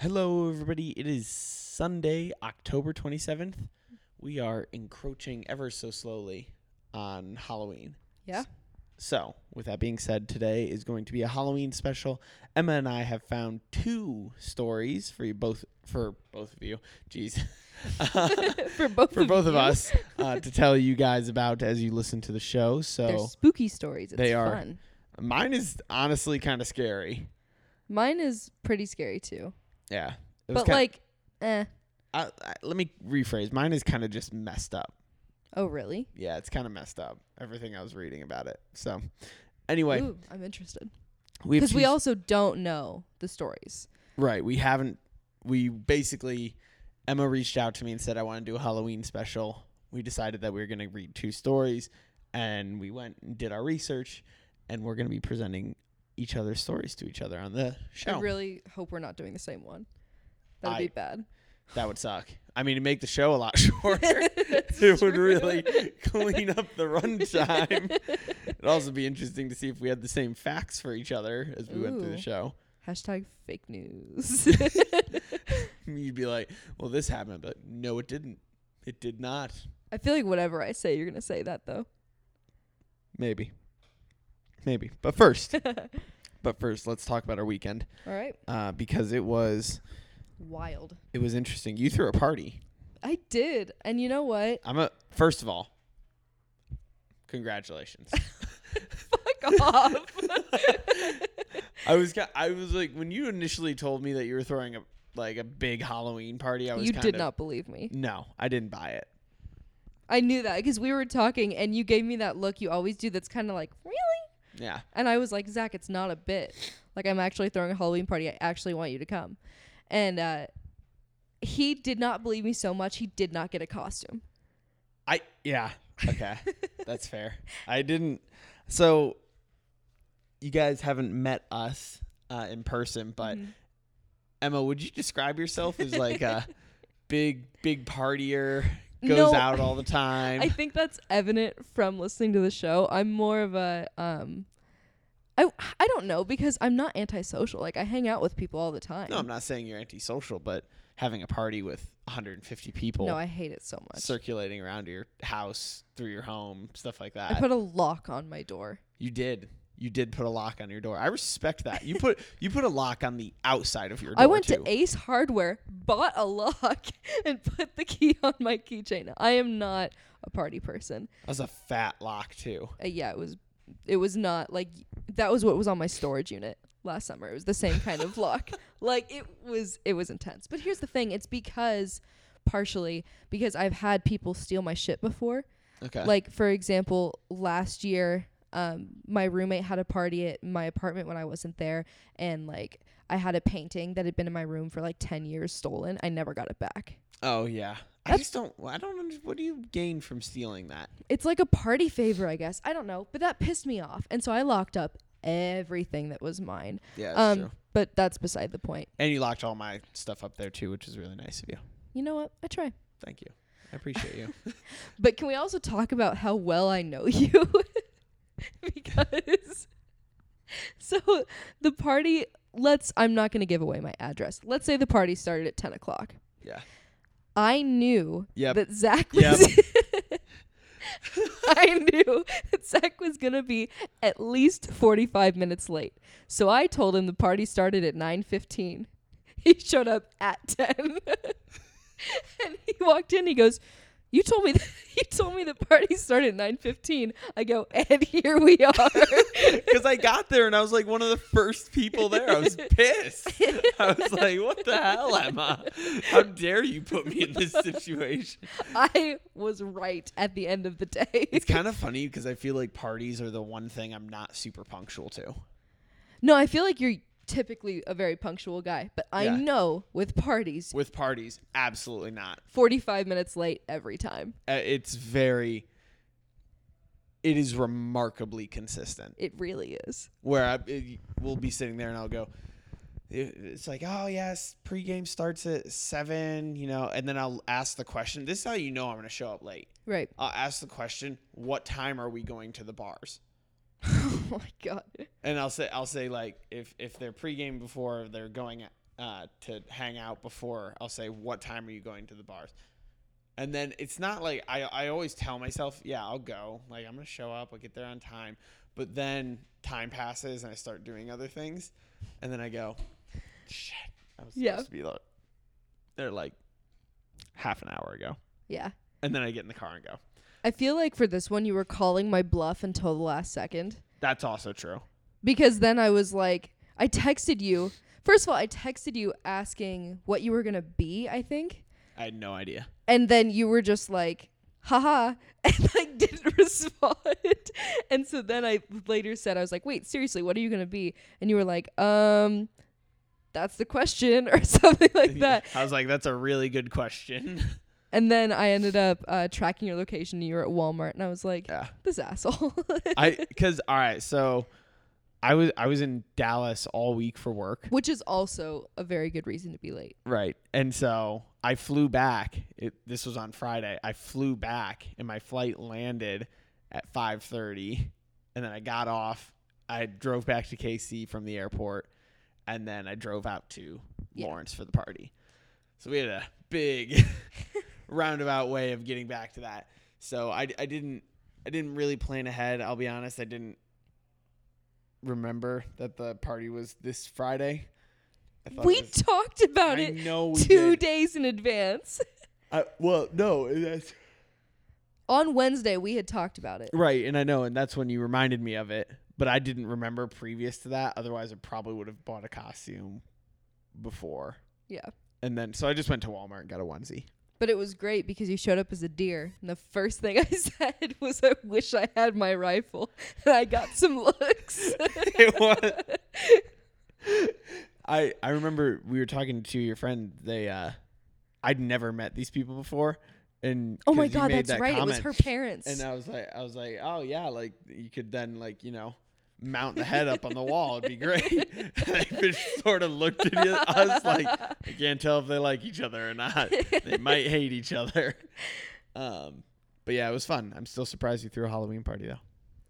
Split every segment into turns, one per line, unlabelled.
Hello, everybody. It is Sunday, October 27th. We are encroaching ever so slowly on Halloween.
Yeah.
So, with that being said, today is going to be a Halloween special. Emma and I have found two stories for you both for both of you. Jeez.
for both
for
of
both of
you.
us uh, to tell you guys about as you listen to the show.
They're
So,
spooky stories. It's
They are.
fun.
mine is honestly kind of scary.
Mine is pretty scary too.
Yeah. It was
But
kinda-
like eh.
I, I, let me rephrase. Mine is kind of just messed up.
Oh really?
Yeah, it's kind of messed up. Everything I was reading about it. So, anyway,
Ooh, I'm interested.
we have
Because we
two-
also don't know the stories.
right. We haven't. We basically Emma reached out to me and said I want to do a Halloween special. We decided that we were going to read two stories, and we went and did our research, and we're going to be presenting each other's stories to each other on the show.
I really hope we're not doing the same one. That'd
I-
be bad.
that would suck. I mean, to make the show a lot shorter, it would really clean up the runtime. It'd also be interesting to see if we had the same facts for each other as we went through the
Ooh.
show.
Hashtag fake news.
You'd be like, "Well, this happened," but no, it didn't. It did not.
I feel like whatever I say, you're gonna say that though.
Maybe, maybe. But first, but first, let's talk about our weekend
All right.
uh, because it was
Wild.
it was interesting. You threw a party.
I did. And you know what?
I'm a first of all. Congratulations.
Fuck off.
I was ki- I was like when you initially told me that you were throwing a like a big Halloween party. I was
you
kind
did
of,
not believe me.
No, I didn't buy it.
I knew that because we were talking and you gave me that look you always do that's kind of like, really?
Yeah,
And I was like, Zach, it's not a bit. Like, I'm actually throwing a Halloween party. I actually want you to come. And uh, he did not believe me so much, he did not get a costume.
I yeah. Okay, that's fair. I didn't. So you guys haven't met us uh, in person, but
Mm-hmm.
Emma, would you describe yourself as like a big big partier? Goes
No,
out all the time.
I think that's evident from listening to the show. I'm more of a. Um, I, I don't know because I'm not antisocial. Like I hang out with people all the time.
no, I'm not saying you're antisocial, but having a party with 150 people.
No, I hate it so much.
circulating around your house, through your home, stuff like
I
that.
put a lock on my door.
you did. You did put a lock on your door. I respect that. You put you put a lock on the outside of your door.
I went
too.
to Ace Hardware, bought a lock, and put the key on my keychain. I am not a party person.
That was a fat lock too.
Uh, yeah, it was it was not like that was what was on my storage unit last summer. It was the same kind of lock. Like it was it was intense. But here's the thing, it's because partially because I've had people steal my shit before.
Okay.
Like for example, last year, um, my roommate had a party at my apartment when I wasn't there, and like I had a painting that had been in my room for like ten years stolen. I never got it back.
oh yeah. I
That's-
just don't. I don't. under- What do you gain from stealing that?
It's like a party favor, I guess. I don't know, but that pissed me off, and so I locked up everything that was mine.
Yeah, that's
Um,
true.
but that's beside the point.
And you locked all my stuff up there too, which is really nice of you.
You know what? I try.
Thank you. I appreciate you.
But can we also talk about how well I know you? because so the party let's I'm not gonna give away my address. Let's say the party started at ten o'clock.
Yeah.
I knew
Yep.
that Zach was
Yep.
I knew that Zach was gonna be at least forty five minutes late. So I told him the party started at nine fifteen. He showed up at ten. and he walked in, he goes, You told me that you told me the party started at nine fifteen. I go, and here we are.
Because I got there and I was like one of the first people there. I was pissed. I was like, what the hell, Emma? How dare you put me in this situation?
I was right at the end of the day.
It's kind of funny because I feel like parties are the one thing I'm not super punctual to.
No, I feel like you're typically a very punctual guy, but I
Yeah.
know with parties,
With parties, absolutely not.
45 minutes late every time.
Uh, It's very, it is remarkably consistent.
It really is.
Where I it, we'll be sitting there and I'll go, it- it's like, oh yes, pregame starts at seven, you know, and then I'll ask the question. This is how you know I'm gonna show up late.
Right.
I'll ask the question, what time are we going to the bars?
oh my god.
And I'll say I'll say like if if they're pregame before they're going uh, to hang out before, I'll say what time are you going to the bars? And then it's not like I I always tell myself, yeah, I'll go. Like I'm gonna show up, I'll get there on time. But then time passes and I start doing other things, and then I go, shit, I was supposed
Yeah.
to be like, they're like half an hour ago,
Yeah.
and then I get in the car and go.
I feel like for this one you were calling my bluff until the last second
That's also true.
because then I was like I texted you. First of all, I texted you asking what you were going to be, I think.
I had no idea.
and then you were just like haha and like didn't respond and so then i later said i was like wait seriously what are you gonna be and you were like um that's the question or something like that
I was like, that's a really good question.
and then i ended up uh, tracking your location and you were at walmart and i was like
Yeah.
this asshole
I because all right, so I was I was in Dallas all week for work,
which is also a very good reason to be late
right? And so I flew back. It, this was on Friday. I flew back, and my flight landed at five thirty, and then I got off. I drove back to KC from the airport, and then I drove out to
Yeah.
Lawrence for the party. So we had a big roundabout way of getting back to that. So I, I didn't I didn't really plan ahead. I'll be honest, I didn't remember that the party was this Friday. I thought it
we
was-
talked about
I
it
know we
two
did.
days in advance
I, well, no, that's
on wednesday we had talked about it
right, and I know, and that's when you reminded me of it. But I didn't remember previous to that. Otherwise, I probably would have bought a costume before,
yeah
and then so I just went to Walmart and got a onesie.
But it was great because you showed up as a deer, and the first thing I said was, "I wish I had my rifle." And I got some looks.
it was. I I remember we were talking to your friend. They uh, I'd never met these people before, and
oh my
'cause you
god,
made
that's
that
right. It was her
comment,
parents.
And I was like, I was like, oh yeah, like you could then like you know mount the head up on the wall. It'd be great. they just sort of looked at you- us like I can't tell if they like each other or not. They might hate each other. Um, but yeah, it was fun. I'm still surprised you threw a Halloween party though.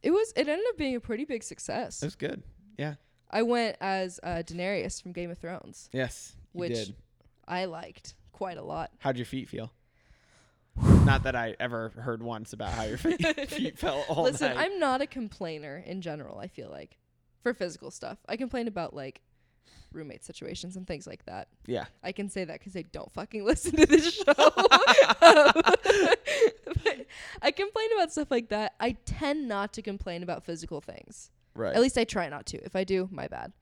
it was. It ended up being a pretty big success.
It was good. Yeah.
I went as uh, Daenerys from Game of Thrones,
Yes. You
which
did.
I liked quite a lot.
How'd your feet feel? Not that I ever heard once about how your feet, feet felt all
Listen,
night.
I'm not a complainer in general. I feel like for physical stuff, I complain about like roommate situations and things like that.
yeah,
I can say that because they don't fucking listen to this show. But I complain about stuff like that. I tend not to complain about physical things.
right.
At least I try not to. If I do, my bad.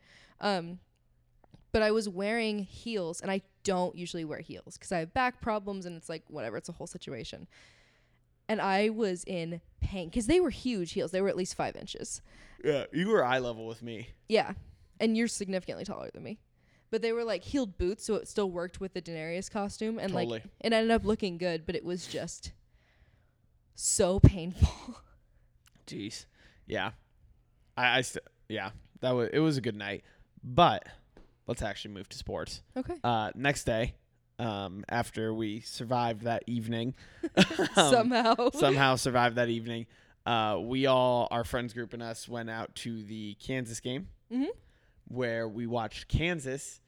Um, but I was wearing heels, and I don't usually wear heels because I have back problems, and it's like whatever. It's a whole situation. And I was in pain because they were huge heels. They were at least five inches.
yeah, you were eye level with me.
Yeah. And you're significantly taller than me. But they were like heeled boots, so it still worked with the Daenerys costume and like
Totally.
it ended up looking good, but it was just so painful.
Jeez. Yeah. I, I st- yeah, that was it was a good night. But let's actually move to sports.
Okay.
Uh next day, um after we survived that evening. um,
Somehow.
somehow survived that evening. Uh, we all, our friends group and us, went out to the Kansas game
Mhm.
where we watched Kansas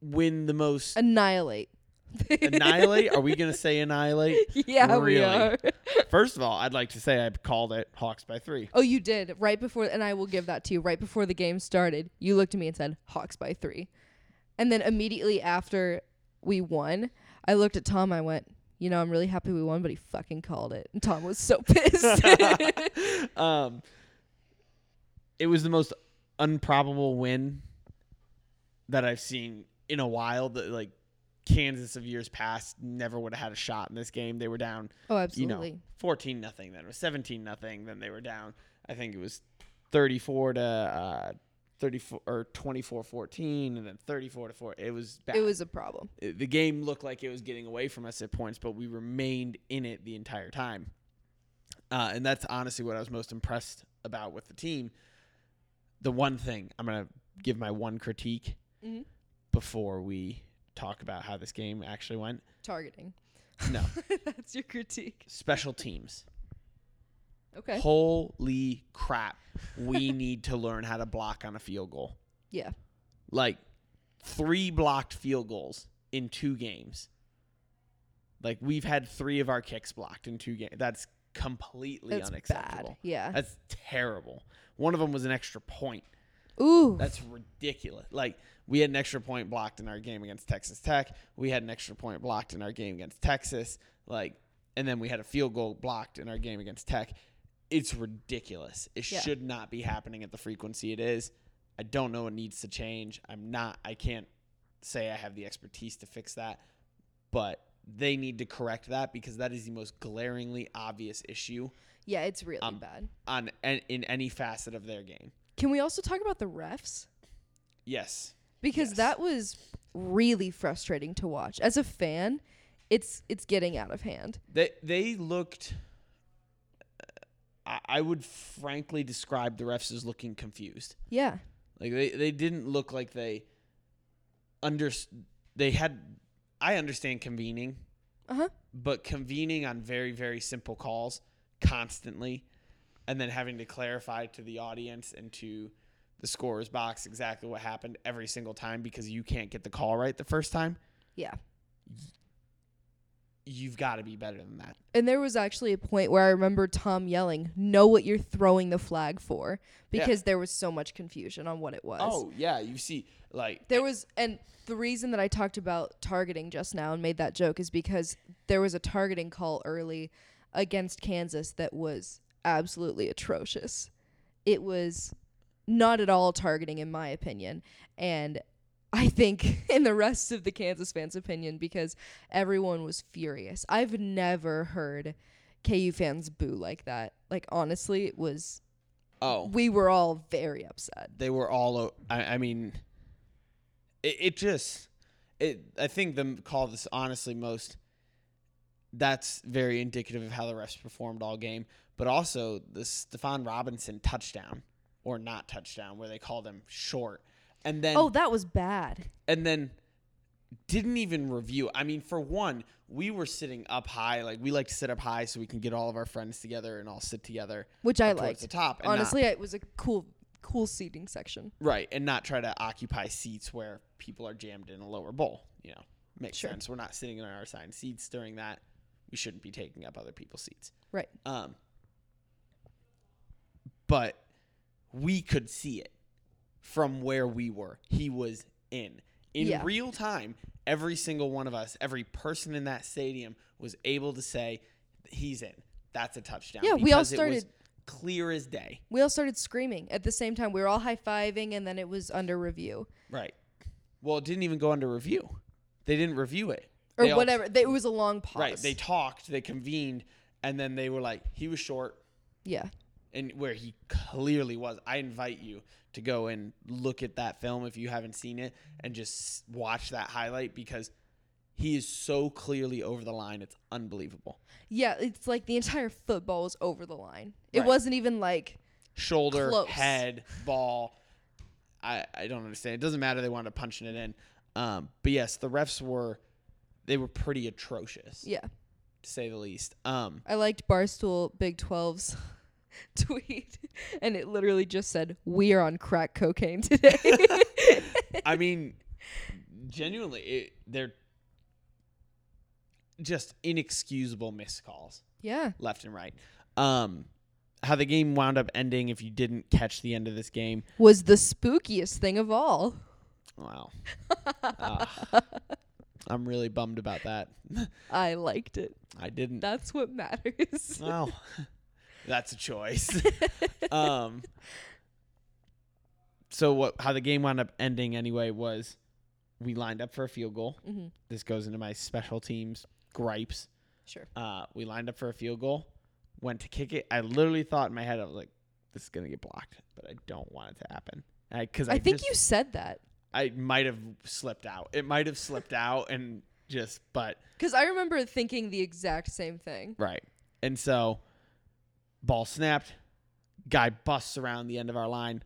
win the most.
Annihilate.
annihilate? Are we going to say annihilate?
yeah, we
Really?
are.
First of all, I'd like to say I called it Hawks by three.
Oh, you did. Right before and I will give that to you. Right before the game started, you looked at me and said, Hawks by three. And then immediately after we won, I looked at Tom, I went, you know, I'm really happy we won, but he fucking called it. And Tom was so pissed.
um, it was the most improbable win that I've seen in a while. That like Kansas of years past never would have had a shot in this game. They were down
Oh,
you
absolutely.
know 14 nothing then it was 17 nothing then they were down i think it was 34 to uh 34 or 24 14 and then 34 to 4 it was bad.
It was a problem.
the game looked like it was getting away from us at points but we remained in it the entire time uh, and that's honestly what i was most impressed about with the team the one thing i'm gonna give my one critique
Mhm.
before we talk about how this game actually went.
Targeting.
No.
That's your critique.
Special teams.
Okay.
Holy crap. We need to learn how to block on a field goal.
Yeah.
Like three blocked field goals in two games. Like we've had three of our kicks blocked in two games. That's completely
That's
unacceptable.
bad. Yeah.
That's terrible. One of them was an extra point.
Ooh.
That's ridiculous. Like we had an extra point blocked in our game against Texas Tech. We had an extra point blocked in our game against Texas. Like and then we had a field goal blocked in our game against Tech. It's ridiculous. It
Yeah.
should not be happening at the frequency it is. I don't know what needs to change. I'm not I can't say I have the expertise to fix that, but they need to correct that because that is the most glaringly obvious issue
yeah, it's really
um,
bad.
on in any facet of their game.
Can we also talk about the refs?
Yes.
because
Yes.
that was really frustrating to watch as a fan it's it's getting out of hand
They they looked. I, I would frankly describe the refs as looking confused.
yeah
Like they they didn't look like they under they had. I understand convening,
uh-huh
but convening on very very simple calls constantly, and then having to clarify to the audience and to the scorer's box exactly what happened every single time because you can't get the call right the first time.
yeah
You've got to be better than that.
and there was actually a point where i remember tom yelling know what you're throwing the flag for
Yeah.
because there was so much confusion on what it was
Oh yeah, you see like
There was, and the reason that I talked about targeting just now and made that joke is because there was a targeting call early against Kansas that was absolutely atrocious. It was not at all targeting, in my opinion. And I think in the rest of the Kansas fans' opinion, because everyone was furious. I've never heard KU fans boo like that. Like, honestly, it was,
oh
we were all very upset.
they were all o- i, I mean it, it just it i think them call this honestly most that's very indicative of how the refs performed all game but also the Stephon robinson touchdown or not touchdown where they called him short and then
Oh, that was bad.
and then didn't even review. I mean, for one, we were sitting up high. Like we like to sit up high so we can get all of our friends together and all sit together
Which I
towards
liked.
the top. and not-
Honestly, it was a cool, cool seating section.
Right, and not try to occupy seats where people are jammed in a lower bowl. You know, makes
Sure.
sense. We're not sitting in our assigned seats during that. We shouldn't be taking up other people's seats.
Right.
Um, but we could see it from where we were. He was in in
Yeah.
real time. Every single one of us, every person in that stadium, was able to say, "He's in. That's a touchdown."
Yeah, we all
because it was
started-
clear as day.
We all started screaming at the same time. We were all high fiving, and then it was under review
Right. Well, it didn't even go under review. They didn't review it.
or
They all-
whatever. They- it was a long pause.
right. They talked, they convened, and then they were like, he was short,
yeah.
and where he clearly was. I invite you to go and look at that film if you haven't seen it and just watch that highlight because he is so clearly over the line. It's unbelievable.
Yeah. It's like the entire football was over the line. It
Right.
wasn't even like,
Shoulder,
Close.
head, ball. I, I don't understand. It doesn't matter. They wanted to punching it in. Um, but yes, the refs were they were pretty atrocious.
yeah.
to say the least. Um,
I liked Barstool Big 12's tweet, and it literally just said, We are on crack cocaine today.
I mean, genuinely, it, they're just inexcusable missed calls
yeah.
left and right. Um, how the game wound up ending, if you didn't catch the end of this game,
Was the spookiest thing of all.
wow. Ah. I'm really bummed about that.
I liked it.
I didn't.
That's what matters.
Well, that's a choice. um, so what? How the game wound up ending anyway was we lined up for a field goal.
mm-hmm.
This goes into my special teams gripes.
Sure.
Uh, we lined up for a field goal, went to kick it. I literally thought in my head, I was like, "This is gonna get blocked," but I don't want it to happen. Because I,
I, think
just-
you said that
I might have slipped out. It might have slipped out, and just but
because I remember thinking the exact same thing.
Right. And so ball snapped, guy busts around the end of our line,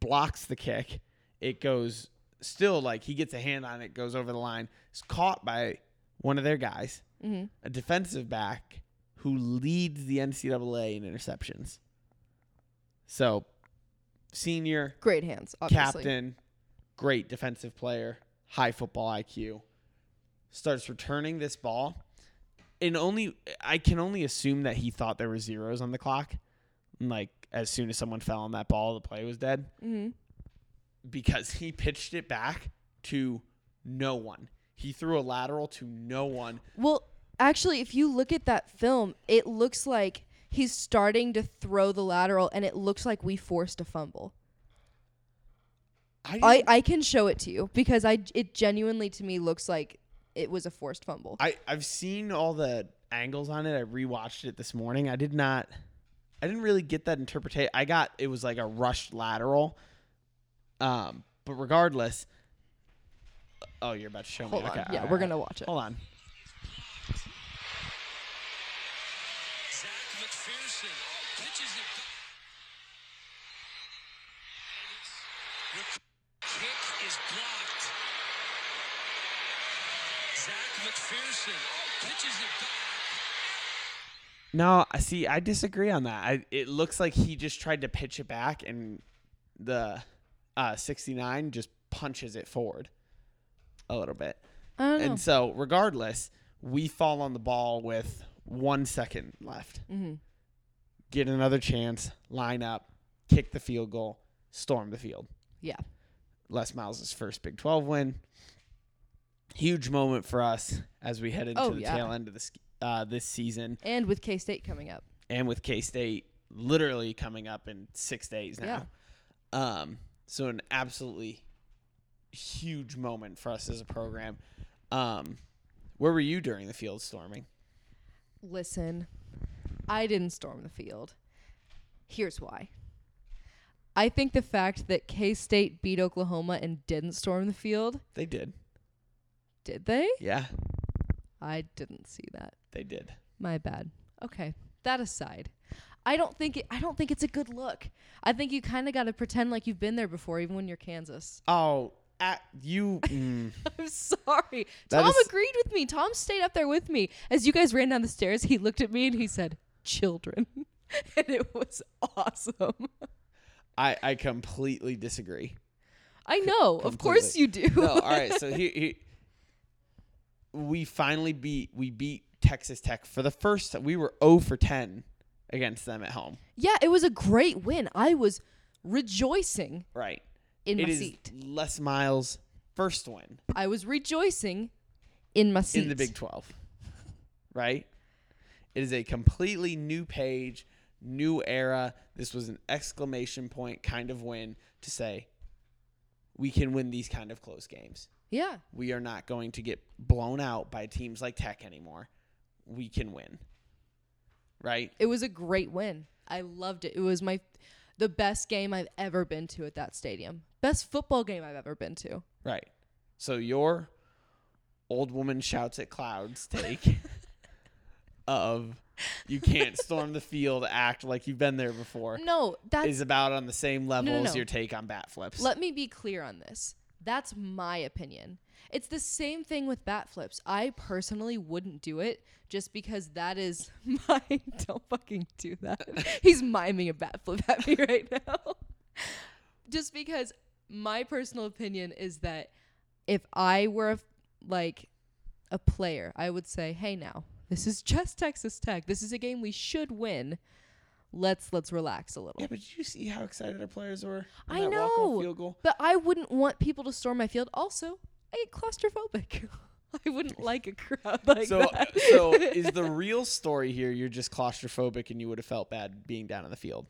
blocks the kick. It goes still like he gets a hand on it, goes over the line, is caught by one of their guys,
Mhm.
a defensive back who leads the NCAA in interceptions. So, senior
Great hands, obviously.
captain, great defensive player, high football IQ, starts returning this ball. And only I can only assume that he thought there were zeros on the clock. And, Like as soon as someone fell on that ball, the play was dead
Mm-hmm.
because he pitched it back to no one. He threw a lateral to no one.
Well, actually, if you look at that film, it looks like he's starting to throw the lateral, and it looks like we forced a fumble.
I
I,
didn't-
I can show it to you because I it genuinely to me looks like it was a forced fumble.
I I've seen all the angles on it. I rewatched it this morning. I did not I didn't really get that interpretation. I got it was like a rushed lateral. Um, but regardless Oh, you're about to show
Hold
me.
on,
Okay.
yeah,
all
we're
right.
gonna watch it.
Hold on.
Zach McPherson pitches it back. The kick is blocked. Zach McPherson pitches it back.
No, I see I disagree on that. I it looks like he just tried to pitch it back and the uh 69 just punches it forward a little bit.
I don't know.
And so, regardless, we fall on the ball with one second left.
Mm-hmm.
Get another chance, line up, kick the field goal, storm the field.
yeah,
Les Miles' first Big 12 win. Huge moment for us as we head into
Oh,
the
yeah.
tail end of this, uh, this season.
and with K State coming up,
And with K State literally coming up in six days now. Um, so, an absolutely huge moment for us as a program. Um, where were you during the field storming?
listen, I didn't storm the field. Here's why. I think the fact that K State beat Oklahoma and didn't storm the field,
They did.
did they?
Yeah,
I didn't see that.
they did.
My bad. Okay. That aside, I don't think it, I don't think it's a good look. I think you kind of got to pretend like you've been there before, even when you're Kansas.
Oh, at you. Mm,
I'm sorry.
That
Tom
is-
agreed with me. Tom stayed up there with me as you guys ran down the stairs. He looked at me and he said, "Children," and it was awesome.
I I completely disagree.
I know. Of course you do.
No, all right. So here, here we finally beat we beat Texas Tech for the first. time. We were 0 for 10 against them at home.
yeah, it was a great win. I was rejoicing
Right.
in
It
my
is
seat.
Les Miles' first win
I was rejoicing in my seat.
in the Big 12. Right. It is a completely new page, new era. This was an exclamation point kind of win to say we can win these kind of close games.
yeah.
we are not going to get blown out by teams like Tech anymore. We can win. Right?
It was a great win. I loved it. It was my the best game I've ever been to at that stadium. Best football game I've ever been to.
Right. So your old woman shouts at clouds take of you can't storm the field, act like you've been there before
No, that's
is about on the same level
No, no,
as
no.
your take on bat flips.
Let me be clear on this. That's my opinion. It's the same thing with bat flips. I personally wouldn't do it just because that is my. Don't fucking do that. He's miming a bat flip at me right now. just because my personal opinion is that if I were a, like a player, I would say, "Hey, now this is just Texas Tech. This is a game we should win. Let's let's relax a little."
yeah, but did you see how excited our players were? on
I
that walk-off
know,
Field goal?
but I wouldn't want people to storm my field. Also, I get claustrophobic. I wouldn't like a crowd like
So, uh,
that.
so is the real story here? You're just claustrophobic, and you would have felt bad being down on the field.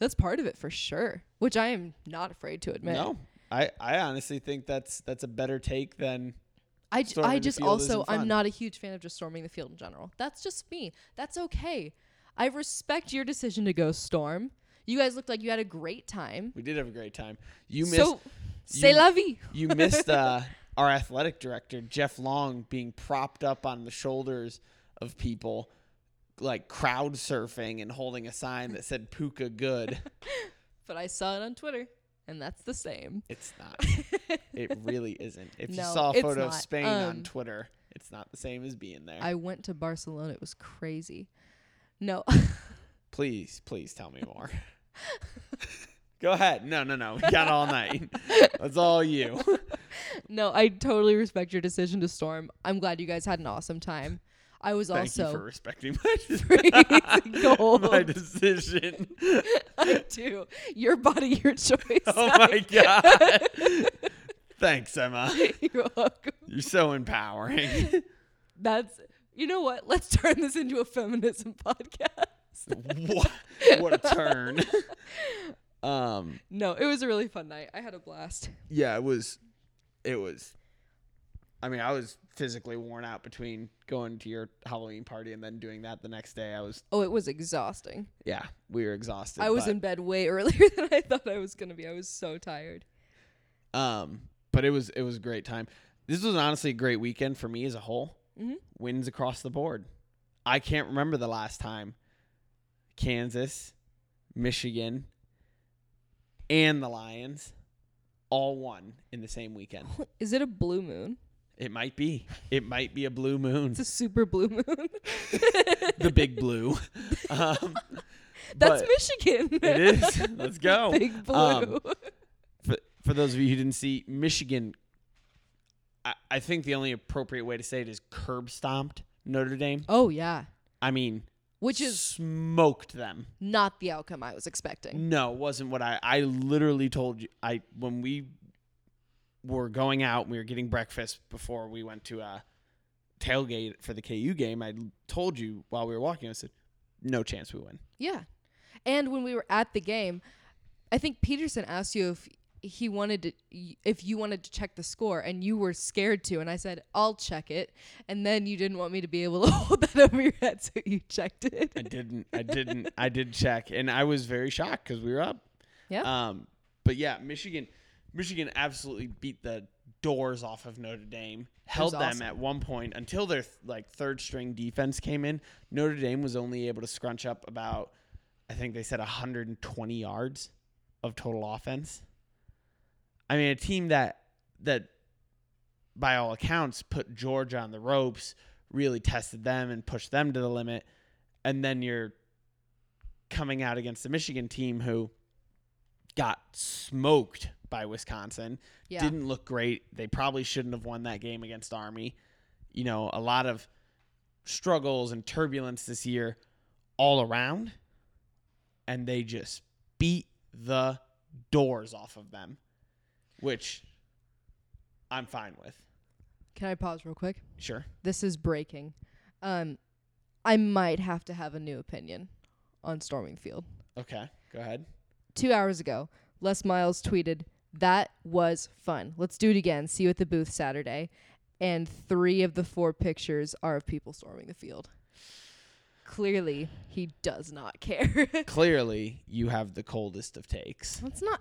That's part of it for sure, which I am not afraid to admit.
No, I, I honestly think that's that's a better take than
I, j-
Storming
I
the
just
field
also
isn't
I'm
fun.
not a huge fan of just storming the field in general. That's just me. That's okay. I respect your decision to go storm. You guys looked like you had a great time.
we did have a great time. You missed
so, c'est
you-
la vie.
you missed uh, our athletic director Jeff Long being propped up on the shoulders of people, like crowd surfing and holding a sign that said "Puka Good."
But I saw it on Twitter, and that's the same.
It's not. It really isn't. If you
No,
saw a
it's
photo of
not.
Spain on
Um,
Twitter, it's not the same as being there.
I went to Barcelona. It was crazy. No,
please, please tell me more. Go ahead. No, no, no. We got all night. That's all you.
no, I totally respect your decision to storm. I'm glad you guys had an awesome time. I was
Thank you for
also
respecting my,
free to
my
gold.
decision.
I do. Your body, your choice.
Oh my god. Thanks, Emma.
You're welcome.
You're so empowering.
That's you know what? Let's turn this into a feminism podcast.
what? What a turn. um
No, it was a really fun night. I had a blast.
yeah, it was it was I mean, I was physically worn out between going to your Halloween party and then doing that the next day. I was
Oh, it was exhausting.
yeah, we were exhausted.
I was
but,
in bed way earlier than I thought I was gonna be. I was so tired.
um but it was it was a great time. This was honestly a great weekend for me as a whole.
Mhm.
Wins across the board. I can't remember the last time Kansas, Michigan, and the Lions all won in the same weekend.
Is it a blue moon?
It might be. It might be a blue moon.
It's a super blue moon.
the big blue. Um,
That's
but
Michigan.
it is. Let's go.
Big blue.
Um, for, for those of you who didn't see, Michigan, I, I think the only appropriate way to say it is curb stomped Notre Dame.
oh yeah.
I mean,
Which is
smoked them.
not the outcome I was expecting.
No, it wasn't what I. I literally told you. I when we were going out, we were getting breakfast before we went to a tailgate for the KU game. I told you while we were walking. I said, "No chance we win."
Yeah. And when we were at the game, I think Peterson asked you if he wanted to if you wanted to check the score and you were scared to and I said I'll check it and then you didn't want me to be able to hold that over your head so you checked
I
it.
didn't. I didn't. I did check, and I was very shocked because we were up.
Yeah.
Um. But yeah, Michigan, Michigan absolutely beat the doors off of Notre Dame. Held them
awesome.
at one point until their like third string defense came in. Notre Dame was only able to scrunch up about, I think they said 120 yards of total offense. I mean, a team that that by all accounts put Georgia on the ropes, really tested them and pushed them to the limit, and then you're coming out against the Michigan team who got smoked by Wisconsin.
Yeah.
Didn't look great. They probably shouldn't have won that game against Army. You know, a lot of struggles and turbulence this year all around. And they just beat the doors off of them, which I'm fine with.
Can I pause real quick?
Sure.
This is breaking. Um I might have to have a new opinion on storming the field.
Okay. Go ahead.
2 hours ago, Les Miles tweeted, "That was fun. Let's do it again. See you at the booth Saturday." And 3 of the 4 pictures are of people storming the field. Clearly, he does not care.
Clearly, you have the coldest of takes.
Let's not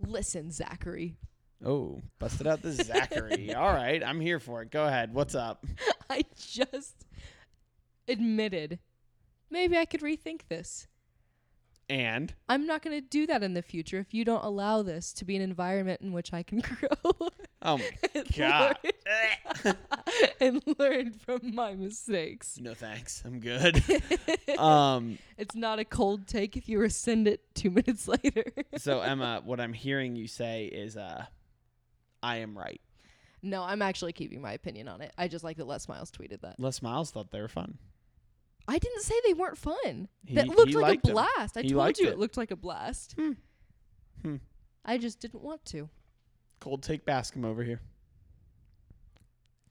Listen, Zachary.
Oh, busted out the Zachary. All right. I'm here for it. Go ahead. What's up?
I just admitted maybe I could rethink this.
And
I'm not going to do that in the future if you don't allow this to be an environment in which I can grow
oh my
and
god.
learn- and learn from my mistakes.
no thanks. I'm good. um
It's not a cold take if you rescind it two minutes later.
so Emma, what I'm hearing you say is uh I am right.
no, I'm actually keeping my opinion on it. I just like that Les Miles tweeted that.
Les Miles thought they were fun.
I didn't say they weren't fun.
He-
that
he
looked like
liked
a
'em.
blast. I
He
told
liked
you it.
it.
looked like a blast.
Hmm.
I just didn't want to.
Cold take Bascom over here.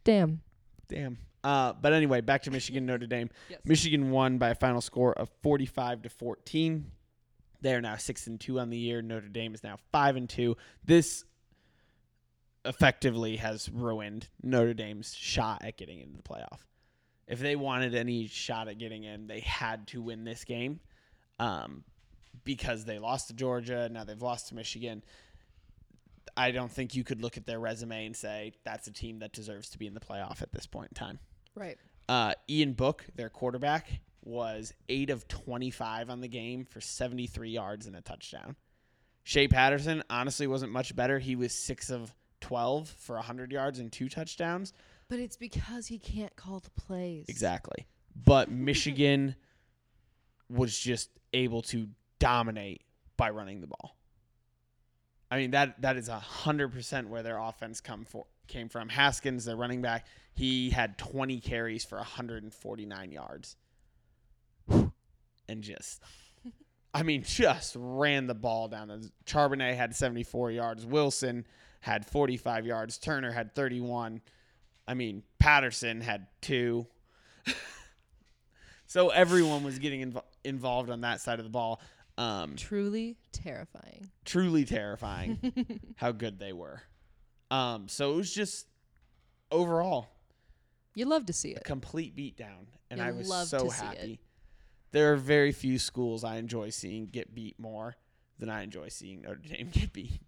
Damn.
Damn. Uh but anyway, back to Michigan Notre Dame.
Yes.
Michigan won by a final score of 45 to 14. They are now 6 and 2 on the year. Notre Dame is now 5 and 2. This effectively has ruined Notre Dame's shot at getting into the playoff. If they wanted any shot at getting in, they had to win this game. Um because they lost to Georgia, now they've lost to Michigan. I don't think you could look at their resume and say that's a team that deserves to be in the playoff at this point in time.
Right.
Uh, Ian Book, their quarterback, was eight of 25 on the game for 73 yards and a touchdown. Shea Patterson honestly wasn't much better. He was six of twelve for hundred yards and two touchdowns.
But it's because he can't call the plays.
Exactly. But Michigan was just able to dominate by running the ball. I mean that that is a hundred percent where their offense come for came from. Haskins, their running back, he had twenty carries for hundred and forty nine yards, and just, I mean, just ran the ball down. The Charbonnet had seventy four yards. Wilson had forty five yards. Turner had thirty one. I mean, Patterson had two. so everyone was getting invo- involved on that side of the ball. Um,
Truly terrifying.
truly terrifying how good they were. Um, so it was just overall
You love to see it.
complete beatdown, and
You
I was
love
so
to see it.
happy. There are very few schools I enjoy seeing get beat more than I enjoy seeing Notre Dame get beat.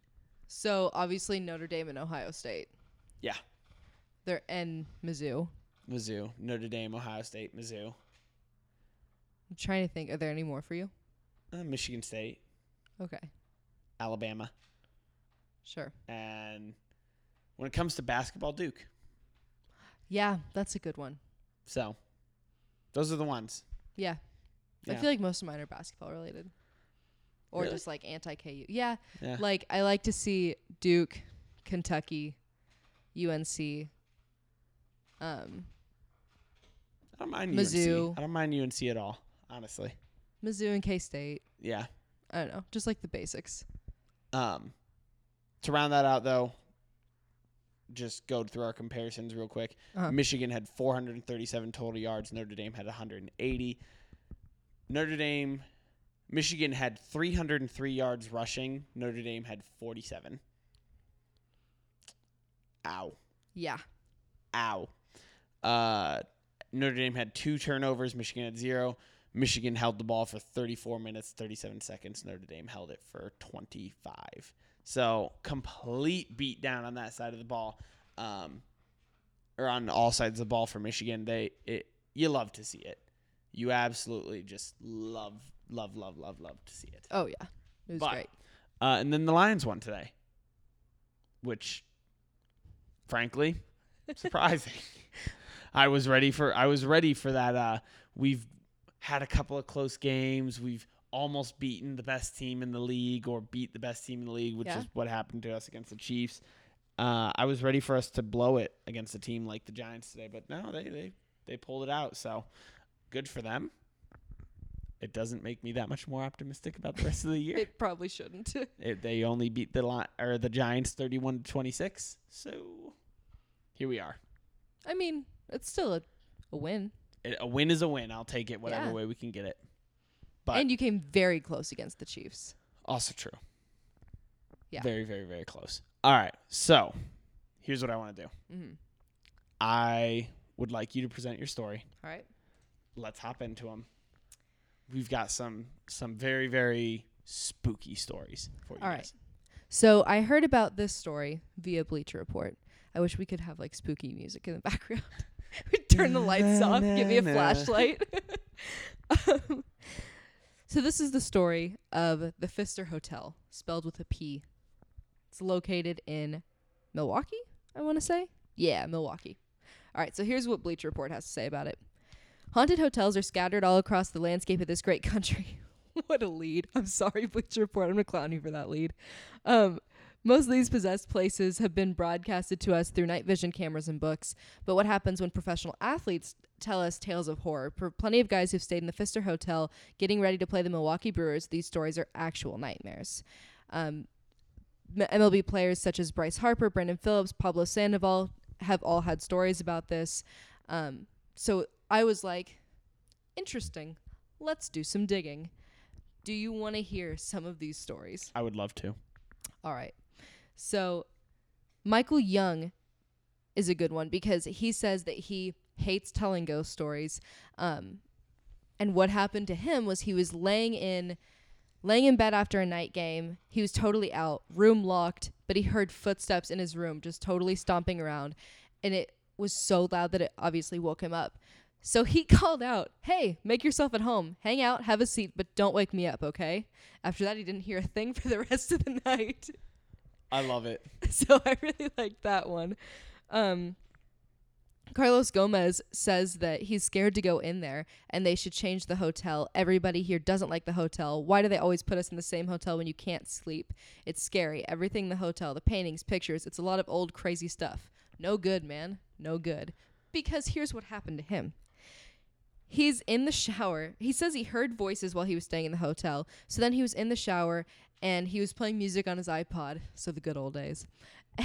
So obviously Notre Dame and Ohio State.
Yeah,
They're and Mizzou.
Mizzou, Notre Dame, Ohio State, Mizzou,
I'm trying to think. Are there any more for you?
uh, Michigan State,
Okay.
Alabama,
Sure.
and when it comes to basketball, Duke.
Yeah, that's a good one.
So those are the ones.
Yeah. I
Yeah.
feel like most of mine are basketball related. Or
Really?
just like anti KU. Yeah.
Yeah.
Like I like to see Duke, Kentucky, UNC, um,
I don't mind
Mizzou.
UNC. I don't mind UNC at all, honestly.
Mizzou and K State.
Yeah.
I don't know. Just like the basics.
Um, to round that out, though, just go through our comparisons real quick.
Uh-huh.
Michigan had 437 total yards. Notre Dame had 180. Notre Dame, Michigan had 303 yards rushing. Notre Dame had 47. Ow.
Yeah.
Ow. Uh, Notre Dame had two turnovers. Michigan had zero. Michigan held the ball for 34 minutes, 37 seconds. Notre Dame held it for 25. So complete beatdown on that side of the ball, um, or on all sides of the ball for Michigan. They it you love to see it. You absolutely just love love love love love to see it.
Oh yeah. It was
But-
great.
Uh, and then the Lions won today, which, frankly, surprising. I was ready for I was ready for that. Uh, we've had a couple of close games. We've almost beaten the best team in the league, or beat the best team in the league, which
Yeah.
is what happened to us against the Chiefs. Uh, I was ready for us to blow it against a team like the Giants today, but no, they they they pulled it out. So good for them. It doesn't make me that much more optimistic about the rest of the year.
It probably shouldn't.
It, they only beat the Li- or the Giants 31 to 26. So here we are.
I mean, it's still a, a win.
It- a win is a win. I'll take it whatever
Yeah.
way we can get it. But
and you came very close against the Chiefs.
also true.
Yeah.
Very very very close. All right. So, here's what I want to do.
Mhm.
I would like you to present your story.
All right.
Let's hop into them. We've got some some very very spooky stories for you.
All right.
guys.
So I heard about this story via Bleacher Report. I wish we could have like spooky music in the background. we turn the lights off. Give me a
Na-na-na.
flashlight. um, so this is the story of the Pfister Hotel, spelled with a P. It's located in Milwaukee. I want to say, yeah, Milwaukee. All right. So here's what Bleacher Report has to say about it. Haunted hotels are scattered all across the landscape of this great country. what a lead. I'm sorry, Bleacher Report. I'm going to clown you for that lead. Um, most of these possessed places have been broadcasted to us through night vision cameras and books. But what happens when professional athletes tell us tales of horror? For plenty of guys who've stayed in the Pfister Hotel getting ready to play the Milwaukee Brewers, these stories are actual nightmares. Um, M- MLB players such as Bryce Harper, Brandon Phillips, Pablo Sandoval have all had stories about this. Um, so I was like, interesting. Let's do some digging. Do you want to hear some of these stories?
I would love to.
All right. So Michael Young is a good one because he says that he hates telling ghost stories. Um, and what happened to him was he was laying in laying in bed after a night game. He was totally out, room locked, but he heard footsteps in his room just totally stomping around and it was so loud that it obviously woke him up. So he called out, Hey, make yourself at home. Hang out, have a seat, but don't wake me up, okay? After that, he didn't hear a thing for the rest of the night.
I love it.
so I really liked that one. Um, Carlos Gomez says that he's scared to go in there and they should change the hotel. Everybody here doesn't like the hotel. Why do they always put us in the same hotel when you can't sleep? It's scary. Everything in the hotel, the paintings, pictures, it's a lot of old crazy stuff. No good, man. No good. Because here's what happened to him. He's in the shower. He says he heard voices while he was staying in the hotel. So then he was in the shower and he was playing music on his iPod. So the good old days.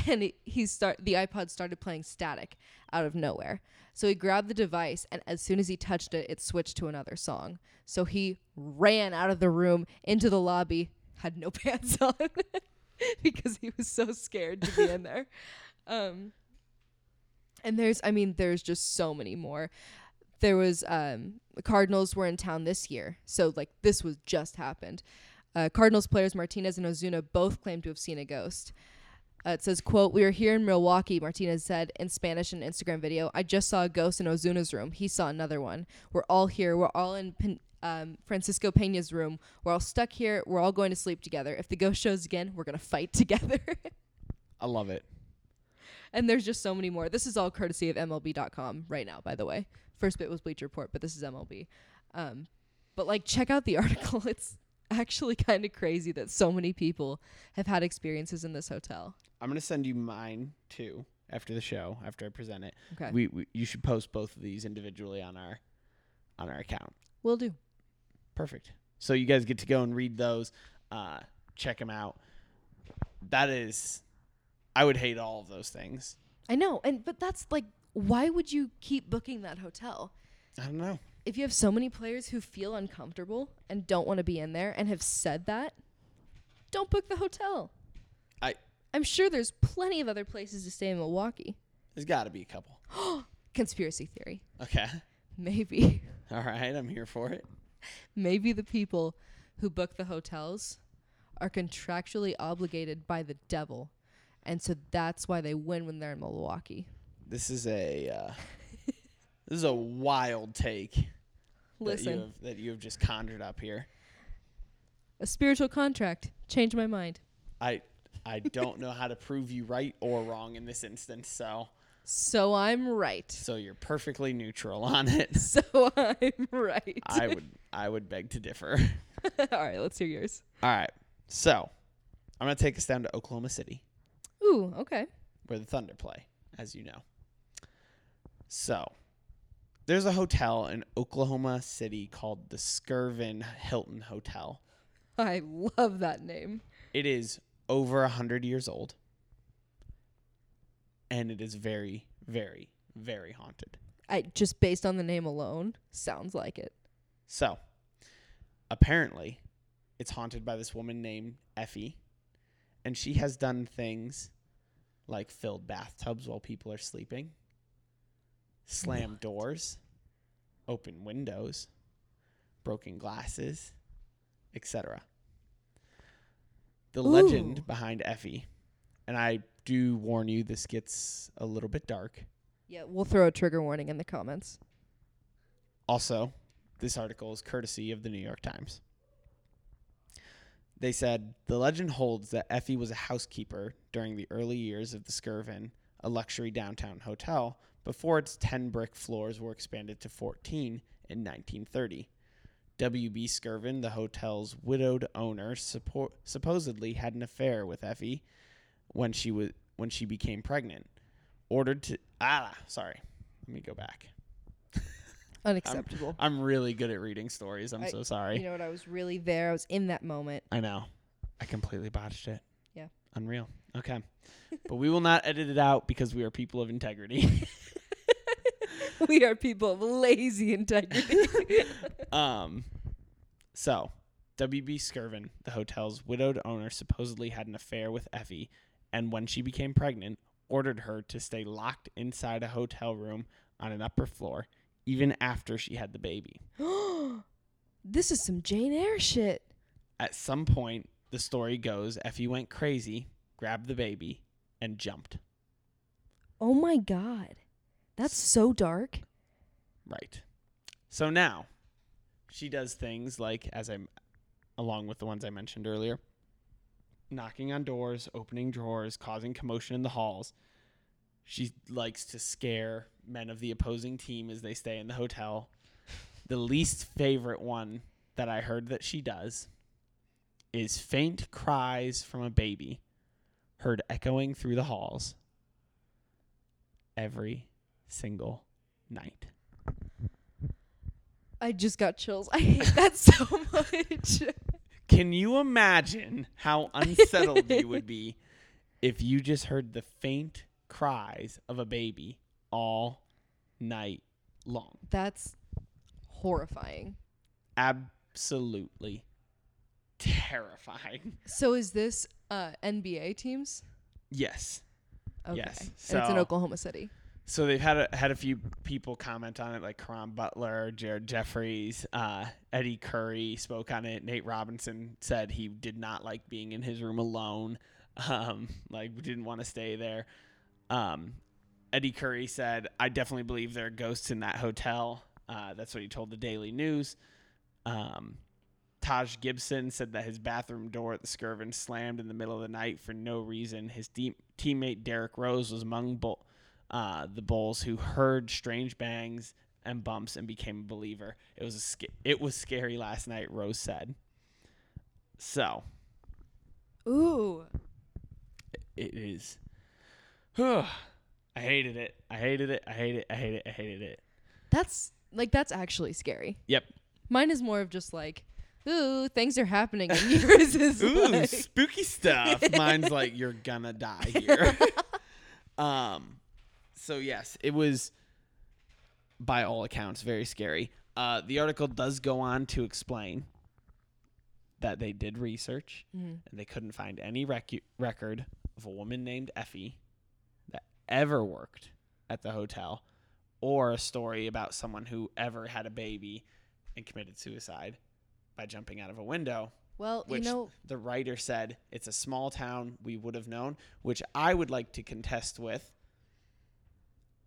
And he- he start the iPod started playing static out of nowhere. So he grabbed the device and as soon as he touched it, it switched to another song. So he ran out of the room into the lobby, had no pants on because he was so scared to be in there. Um and there's I mean there's just so many more there was um the Cardinals were in town this year. So like this was just happened. Uh, Cardinals players Martinez and Ozuna both claim to have seen a ghost. Uh, it says, "quote We were here in Milwaukee," Martinez said in Spanish in an Instagram video. "I just saw a ghost in Ozuna's room. He saw another one. We're all here. We're all in Pen- um, Francisco Pena's room. We're all stuck here. We're all going to sleep together. If the ghost shows again, we're gonna fight together."
I love it.
and there's just so many more. This is all courtesy of MLB.com right now, by the way. First bit was Bleacher Report, but this is MLB. Um, but like, check out the article. It's actually kind of crazy that so many people have had experiences in this hotel.
I'm gonna send you mine too after the show. After I present it,
Okay,
we, we you should post both of these individually on our on our account.
will do.
Perfect. So you guys get to go and read those, uh, check them out. That is, I would hate all of those things.
I know, and but that's like, why would you keep booking that hotel
I don't know.
if you have so many players who feel uncomfortable and don't want to be in there and have said that? Don't book the hotel.
I
I'm sure there's plenty of other places to stay in Milwaukee.
there's got to be a couple.
Conspiracy theory.
Okay.
Maybe.
All right. I'm here for it.
Maybe the people who book the hotels are contractually obligated by the devil. And so that's why they win when they're in Milwaukee.
This is a uh, this is a wild take that you
Listen,
have, that you have just conjured up here.
a spiritual contract. Change my mind.
I I don't know how to prove you right or wrong in this instance. So
So I'm right.
so you're perfectly neutral on it.
So I'm right.
I would I would beg to differ.
All right, let's hear yours.
All right. So I'm going to take us down to Oklahoma City,
Ooh, okay.
where the Thunder play, as you know. So there's a hotel in Oklahoma City called the Skirvin Hilton Hotel.
I love that name.
It is over a 100 years old, and it is very, very, very haunted.
I just based on the name alone, sounds like it.
So, apparently, it's haunted by this woman named Effie, and she has done things like filled bathtubs while people are sleeping, slammed doors, open windows, broken glasses, etc. The
Ooh.
legend behind Effie, and I do warn you, this gets a little bit dark.
Yeah, we'll throw a trigger warning in the comments.
Also, this article is courtesy of the New York Times. They said the legend holds that Effie was a housekeeper during the early years of the Skirvin, a luxury downtown hotel, before its 10 brick floors were expanded to 14 in 1930. W.B. Skirvin, the hotel's widowed owner, suppo- supposedly had an affair with Effie when she was when she became pregnant. Ordered to ah, sorry. Let me go back.
Unacceptable.
I'm really good at reading stories. I'm
I-
so sorry.
you know what? I was really there. I was in that moment.
I know. I completely botched it.
Yeah.
Unreal. Okay. but we will not edit it out because we are people of integrity.
we are people of lazy integrity.
um so WB Skirvin, the hotel's widowed owner, supposedly had an affair with Effie and when she became pregnant, ordered her to stay locked inside a hotel room on an upper floor even after she had the baby.
this is some Jane Eyre shit.
At some point, the story goes Effie went crazy, grabbed the baby, and jumped.
Oh my god. That's so dark.
Right. So now she does things like as I'm along with the ones I mentioned earlier, knocking on doors, opening drawers, causing commotion in the halls. She likes to scare men of the opposing team as they stay in the hotel. The least favorite one that I heard that she does is faint cries from a baby heard echoing through the halls every single night.
I just got chills. I hate that so much.
Can you imagine how unsettled you would be if you just heard the faint cries of a baby all night long?
That's horrifying.
Absolutely terrifying.
So is this uh, NBA teams?
Yes.
Okay.
Yes.
and it's in
So-
Oklahoma City.
So they've had a, had a few people comment on it, like Karan Butler, Jared Jeffries, uh, Eddie Curry spoke on it. Nate Robinson said he did not like being in his room alone, um, like didn't want to stay there. Um, Eddie Curry said, "I definitely believe there are ghosts in that hotel." Uh, that's what he told the Daily News. Um, Taj Gibson said that his bathroom door at the Skirvin slammed in the middle of the night for no reason. His de- teammate Derek Rose was among bull- uh, the Bulls who heard strange bangs and bumps and became a believer. It was a sc- it was scary last night, Rose said. So
Ooh.
it is. I hated it. I hated it. I hate it. I hate it. I hated it.
That's like that's actually scary.
Yep.
Mine is more of just like, ooh, things are happening and yours is
Ooh,
like-
spooky stuff. Mine's like you're gonna die here. um so yes, it was by all accounts very scary. Uh the article does go on to explain that they did research and they couldn't find any recu- record of a woman named Effie that ever worked at the hotel or a story about someone who ever had a baby and committed suicide by jumping out of a window
Well,
which
you know,
the writer said it's a small town we would have known, which I would like to contest with.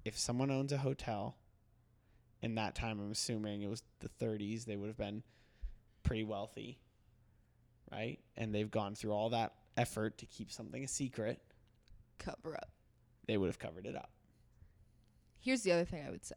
If someone owns a hotel in that time, I'm assuming it was the 30s, they would have been pretty wealthy, right? And they've gone through all that effort to keep something a secret,
cover up.
they would have covered it up.
Here's the other thing I would say.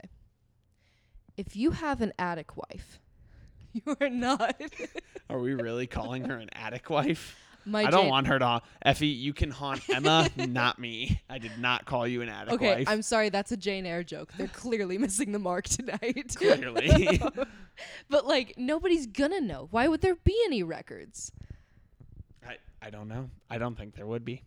If you have an attic wife, you are not
Are we really calling her an attic wife?
my
I don't
Jane-
want her to. Effie, you can haunt Emma, not me. I did not call you an attic
Okay,
wife.
I'm sorry, that's a Jane Eyre joke. They're clearly missing the mark tonight.
Clearly.
but like nobody's gonna know. Why would there be any records?
I, I don't know. I don't think there would be.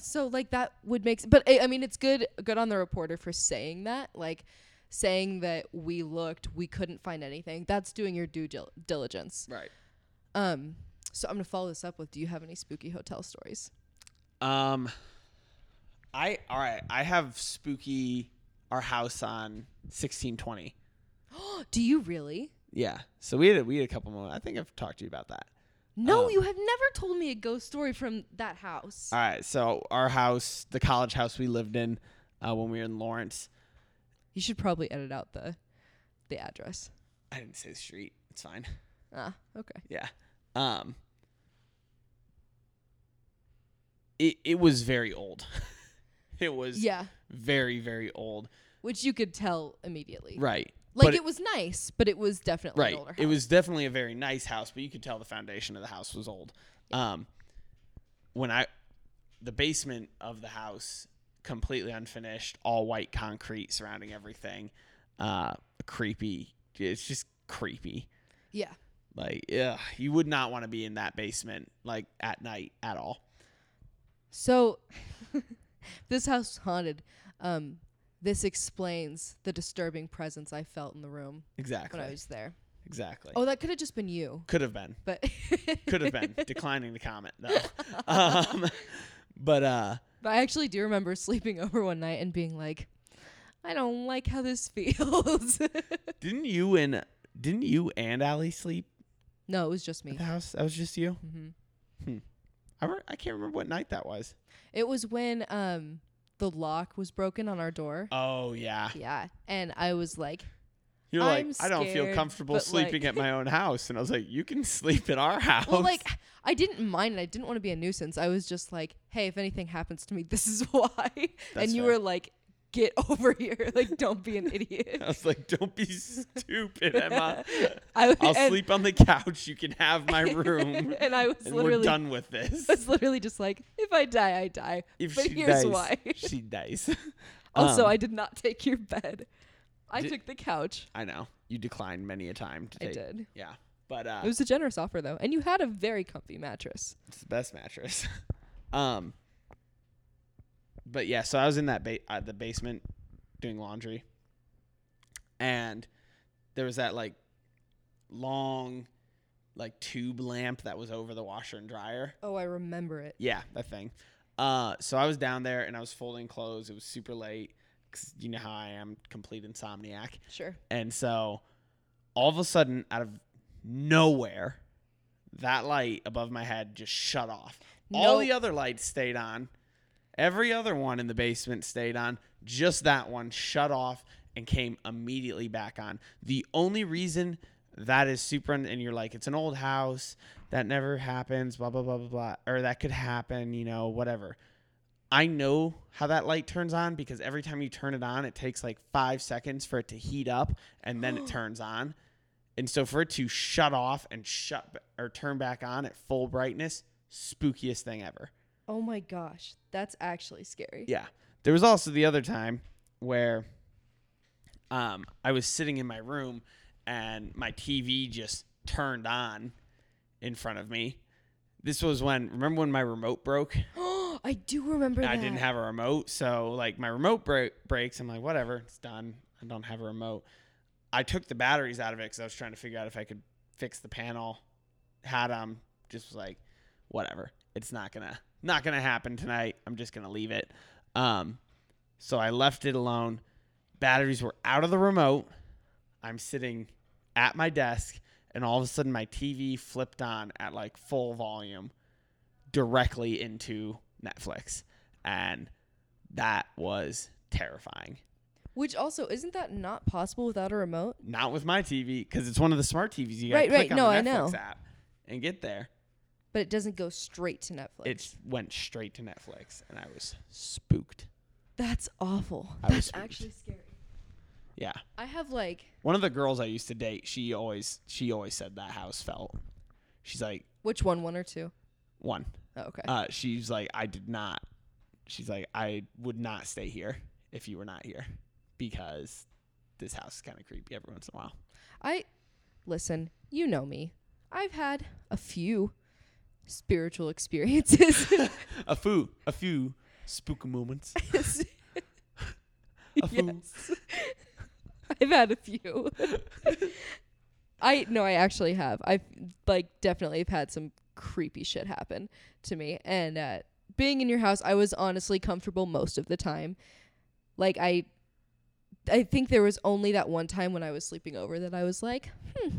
So like that would make s- but I, I mean it's good good on the reporter for saying that like saying that we looked we couldn't find anything that's doing your due dil- diligence
Right.
um so i'm gonna follow this up with do you have any spooky hotel stories
Um I all right, I have spooky our house on 1620.
do you really
Yeah. So we had a, we had a couple more. I think I've talked to you about that.
no
Um,
you have never told me a ghost story from that house
All right. So our house, the college house we lived in uh, when we were in Lawrence.
you should probably edit out the the address
I didn't say the street. It's fine.
ah okay
Yeah. Um it it was very old. it was
yeah
very very old.
which you could tell immediately
Right.
like
But
it, was nice but it was definitely
right.
an older house.
It was definitely a very nice house, but you could tell the foundation of the house was old. Um, when I, the basement of the house completely unfinished, all white concrete surrounding everything. Uh, creepy. It's just creepy.
yeah
Like, yeah, you would not want to be in that basement like at night at all.
So, this house is haunted. Um, this explains the disturbing presence I felt in the room
Exactly.
when I was there.
exactly.
Oh, that could have just been you,
Could have been.
but
Could have been. Declining the comment though. Um, but uh,
but I actually do remember sleeping over one night and being like, I don't like how this feels.
didn't you and didn't you and Allie sleep
no, it was just
at
me.
the house? That was just you.
Mm-hmm.
Hmm. I re- I can't remember what night that was.
It was when um the lock was broken on our door.
Oh yeah,
Yeah, and I was like,
You're like,
I'm
I don't feel
scared,
comfortable
but, like-
sleeping at my own house. And I was like, you can sleep at our house.
Well, like I didn't mind it. I didn't want to be a nuisance. I was just like, hey, if anything happens to me, this is why. and
That's
you
fair.
were like, get over here. Like, don't be an idiot.
I was like, don't be stupid, Emma.
I,
I'll
and-
sleep on the couch. You can have my room.
And I was
and we're
literally, I
done with this.
was literally just like, if I die, I die.
If
but
she
here's
dies,
why.
she dies.
also,
Um,
I did not take your bed. I
Di-
took the couch.
I know you declined many a time to
I
take.
did.
Yeah, but uh,
It was a generous offer though, and you had a very comfy mattress.
it's the best mattress. um, but yeah, so I was in that ba- uh, the basement doing laundry, and there was that like long, like tube lamp that was over the washer and dryer.
Oh, I remember it.
Yeah, that thing. Uh, so I was down there and I was folding clothes. It was super late 'cause you know how I am, complete insomniac.
Sure.
And so all of a sudden, out of nowhere, that light above my head just shut off. All
No.
the other lights stayed on. Every other one in the basement stayed on. Just that one shut off and came immediately back on. The only reason that is super, and you're like, it's an old house. That never happens, blah, blah, blah, blah, blah. Or that could happen, you know, whatever. I know how that light turns on because every time you turn it on, it takes like five seconds for it to heat up and then it turns on. And so for it to shut off and shut b- or turn back on at full brightness, spookiest thing ever.
Oh my gosh, that's actually scary.
Yeah. There was also the other time where um, I was sitting in my room and my TV just turned on in front of me. This was when, remember when my remote broke?
I do remember
I
that.
didn't have a remote, so like my remote break breaks. I'm like, whatever, it's done. I don't have a remote. I took the batteries out of it because I was trying to figure out if I could fix the panel. Had them, just was like, whatever. It's not gonna not gonna happen tonight. I'm just gonna leave it. Um, so I left it alone. Batteries were out of the remote. I'm sitting at my desk, and all of a sudden my TV flipped on at like full volume directly into Netflix. And that was terrifying.
Which also isn't that not possible without a remote?
Not with my TV because it's one of the smart TVs. You got to
Right,
click
right.
on
No,
the
I
Netflix
know.
app and get there.
But it doesn't go straight to Netflix.
It went straight to Netflix, and I was spooked.
that's awful.
I was
That's
spooked.
actually scary.
Yeah,
I have like
one of the girls I used to date, she always she always said that house felt. She's like
which one, one or two?
one.
Oh, okay.
Uh, she's like I did not. She's like I would not stay here if you were not here because this house is kind of creepy every once in a while.
I listen, you know me. I've had a few spiritual experiences.
a few a few spooky moments.
yes.
A few.
I've had a few. I no, I actually have. I've like definitely have had some creepy shit happen to me. And uh, being in your house, I was honestly comfortable most of the time. Like I, I think there was only that one time when I was sleeping over that I was like, hmm,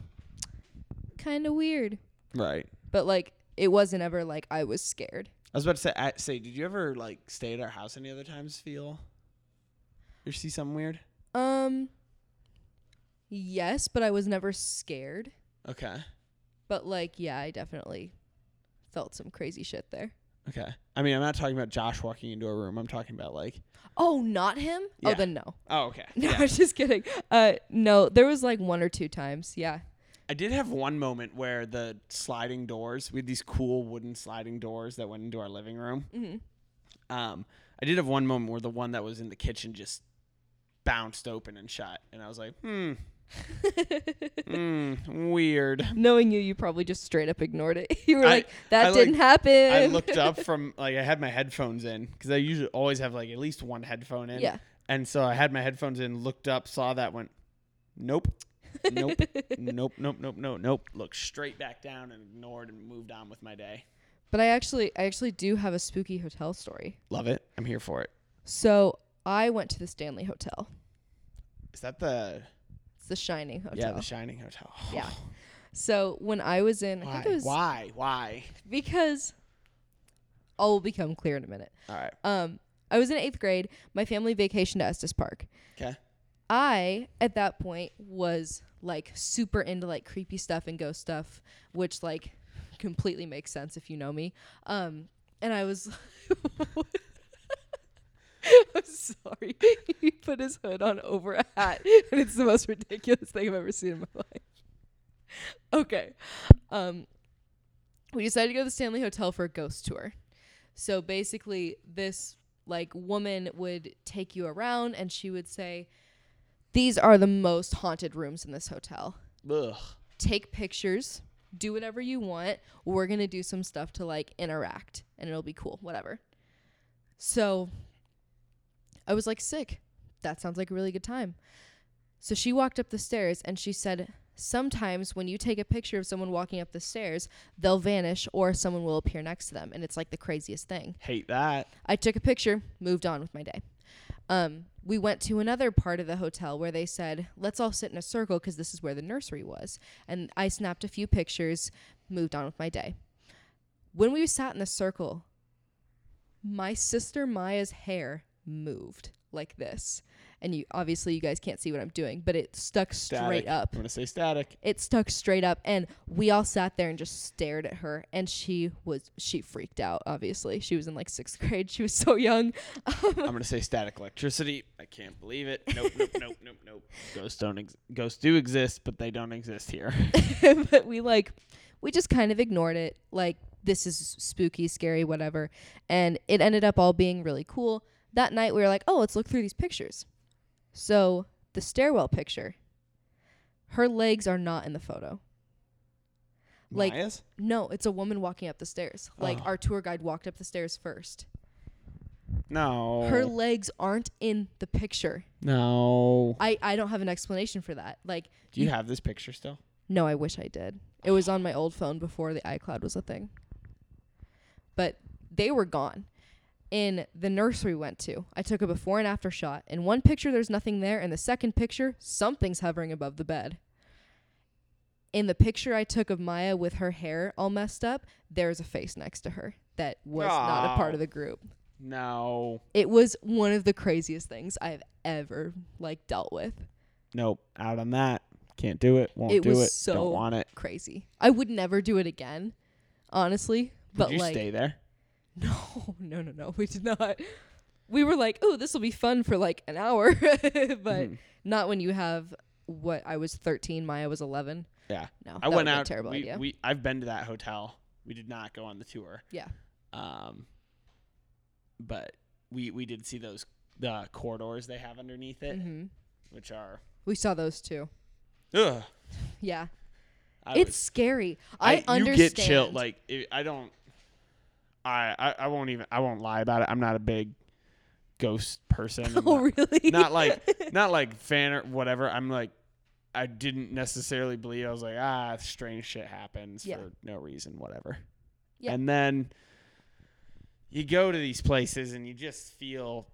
kind of weird.
Right.
But like it wasn't ever like I was scared.
I was about to say, I, say, did you ever like stay at our house any other times? Feel or see something weird?
Um. Yes, but I was never scared.
Okay.
But like, yeah, I definitely felt some crazy shit there.
Okay. I mean, I'm not talking about Josh walking into a room. I'm talking about like.
Oh, not him?
Yeah.
Oh, then no.
Oh, okay.
No,
Yeah.
I was just kidding. Uh, no, there was like one or two times. Yeah.
I did have one moment where the sliding doors, we had these cool wooden sliding doors that went into our living room.
Mhm.
Um, I did have one moment where the one that was in the kitchen just bounced open and shut, and I was like, hmm, hmm, weird.
Knowing you, you probably just straight up ignored it. You were
I-
like, that
I, like-
didn't happen.
I looked up from like I had my headphones in because I usually always have like at least one headphone in.
Yeah.
And so I had my headphones in, looked up, saw that, went, nope, nope, nope, nope, nope, nope, nope. Looked straight back down and ignored and moved on with my day.
But I actually, I actually do have a spooky hotel story.
Love it. I'm here for it.
So I went to the Stanley Hotel.
Is that the
It's the Shining Hotel.
yeah the Shining Hotel?
Yeah. So when I was in, I
Why?
think it was
Why? Why?
because all will become clear in a minute.
All right.
Um, I was in eighth grade. My family vacationed to Estes Park.
Okay.
I at that point was like super into like creepy stuff and ghost stuff, which like completely makes sense if you know me. Um, and I was. I'm sorry. he put his hood on over a hat, and it's the most ridiculous thing I've ever seen in my life. Okay. Um, we decided to go to the Stanley Hotel for a ghost tour. So basically, this like woman would take you around, and she would say, "These are the most haunted rooms in this hotel.
Ugh.
Take pictures." Do whatever you want. We're going to do some stuff to like interact and it'll be cool, whatever. So I was like, sick. That sounds like a really good time. So she walked up the stairs and she said, Sometimes when you take a picture of someone walking up the stairs, they'll vanish or someone will appear next to them. And it's like the craziest thing.
Hate that.
I took a picture, moved on with my day. Um, we went to another part of the hotel where they said, let's all sit in a circle because this is where the nursery was. And I snapped a few pictures, moved on with my day. When we sat in the circle, my sister Maya's hair moved like this. And you obviously you guys can't see what I'm doing, but it stuck
Static.
straight up.
I'm gonna say static.
It stuck straight up and we all sat there and just stared at her and she was she freaked out obviously. She was in like 6th grade. She was so young.
I'm gonna say static electricity. I can't believe it. Nope, nope, nope, nope, nope. Ghosts don't ex- ghosts do exist, but they don't exist here.
but we like we just kind of ignored it like this is spooky scary whatever and it ended up all being really cool that night we were like oh let's look through these pictures so the stairwell picture her legs are not in the photo Like-
Maya's?
no it's a woman walking up the stairs like
Oh.
our tour guide walked up the stairs first
No.
her legs aren't in the picture
no.
i i don't have an explanation for that like
Do you have this picture still?
No, I wish I did. It was on my old phone before the iCloud was a thing. But they were gone. In the nursery we went to, I took a before and after shot. In one picture, there's nothing there. In the second picture, something's hovering above the bed. In the picture I took of Maya with her hair all messed up, there's a face next to her that was not a part
Oh.
of the group.
No.
It was one of the craziest things I've ever like dealt with.
Nope. Out on that. Can't do it. Won't
It
do
was
it.
so
Don't want it.
crazy. I would never do it again, honestly. But
Did you
like,
stay there?
no, no, no, no, we did not. We were like, oh, this will be fun for like an hour, but
Mm-hmm.
not when you have what I was 13, Maya was 11.
Yeah.
No, that
I
would've
went
been a
out.
Terrible
we,
idea.
we I've been to that hotel. We did not go on the tour.
yeah,
Um, but we we did see those the corridors they have underneath it,
Mhm.
which are
we saw those too.
ugh.
Yeah,
I
it's
was-
scary. I, understand.
You get chill. Like it, I don't. I, I I won't even. I won't lie about it. I'm not a big ghost person. I'm
oh
not-
really?
not like not like fan or whatever. I'm like I didn't necessarily believe. I was like, ah, strange shit happens
Yeah.
for no reason, whatever.
Yeah.
And then you go to these places and you just feel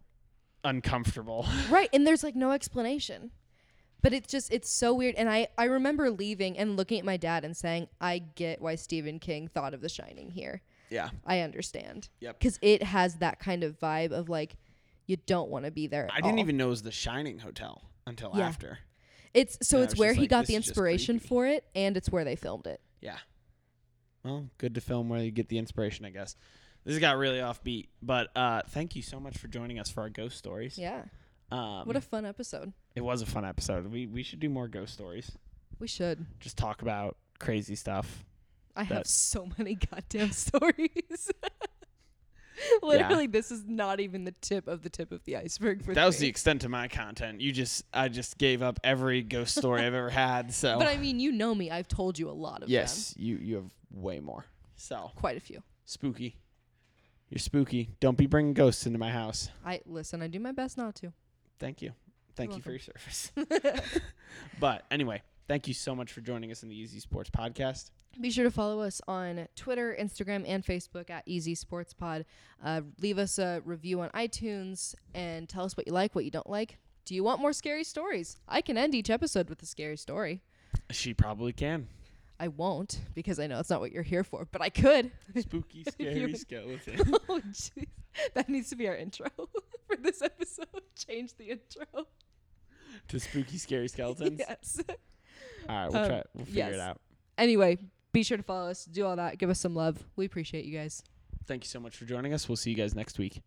uncomfortable.
Right, and there's like no explanation. But it's just it's so weird and I I remember leaving and looking at my dad and saying, "I get why Stephen King thought of The Shining here.
Yeah.
I understand."
Yep.
Cuz it has that kind of vibe of like you don't want to be there. at
I didn't
all.
even know it was the Shining Hotel until
Yeah.
after.
It's so
Yeah, I
it's
was
where
just
he
like,
got
this
the
is just
inspiration
creepy.
for it and it's where they filmed it.
Yeah. Well, good to film where you get the inspiration, I guess. This got really offbeat, but uh, thank you so much for joining us for our ghost stories.
Yeah.
Um,
What a fun episode.
it was a fun episode. We we should do more ghost stories.
We should.
just talk about crazy stuff.
I have
That-
so many goddamn stories. Literally, this is not even the tip of the tip of the iceberg for
That was
me.
the extent of my content. You just I just gave up every ghost story I've ever had. So
But I mean, you know me. I've told you a lot of
Oh. yes, you you have way more. So
them. Quite a few.
spooky. You're spooky. Don't be bringing ghosts into my house.
I listen. I do my best not to.
Thank you. Thank
You're
you for your service. but anyway, thank you so much for joining us in the Easy Sports podcast.
Be sure to follow us on Twitter, Instagram, and Facebook at Easy Sports Pod. Uh, leave us a review on iTunes and tell us what you like, what you don't like. Do you want more scary stories? I can end each episode with a scary story.
She probably can.
I won't because I know that's not what you're here for, but I could.
Spooky,
scary
scary skeleton.
oh, jeez. That needs to be our intro for this episode. Change the intro.
to spooky, scary skeletons.
yes.
All right, we'll
Um,
try. We'll figure
yes.
it out.
Anyway, be sure to follow us, do all that, give us some love. We appreciate you guys.
Thank you so much for joining us. We'll see you guys next week.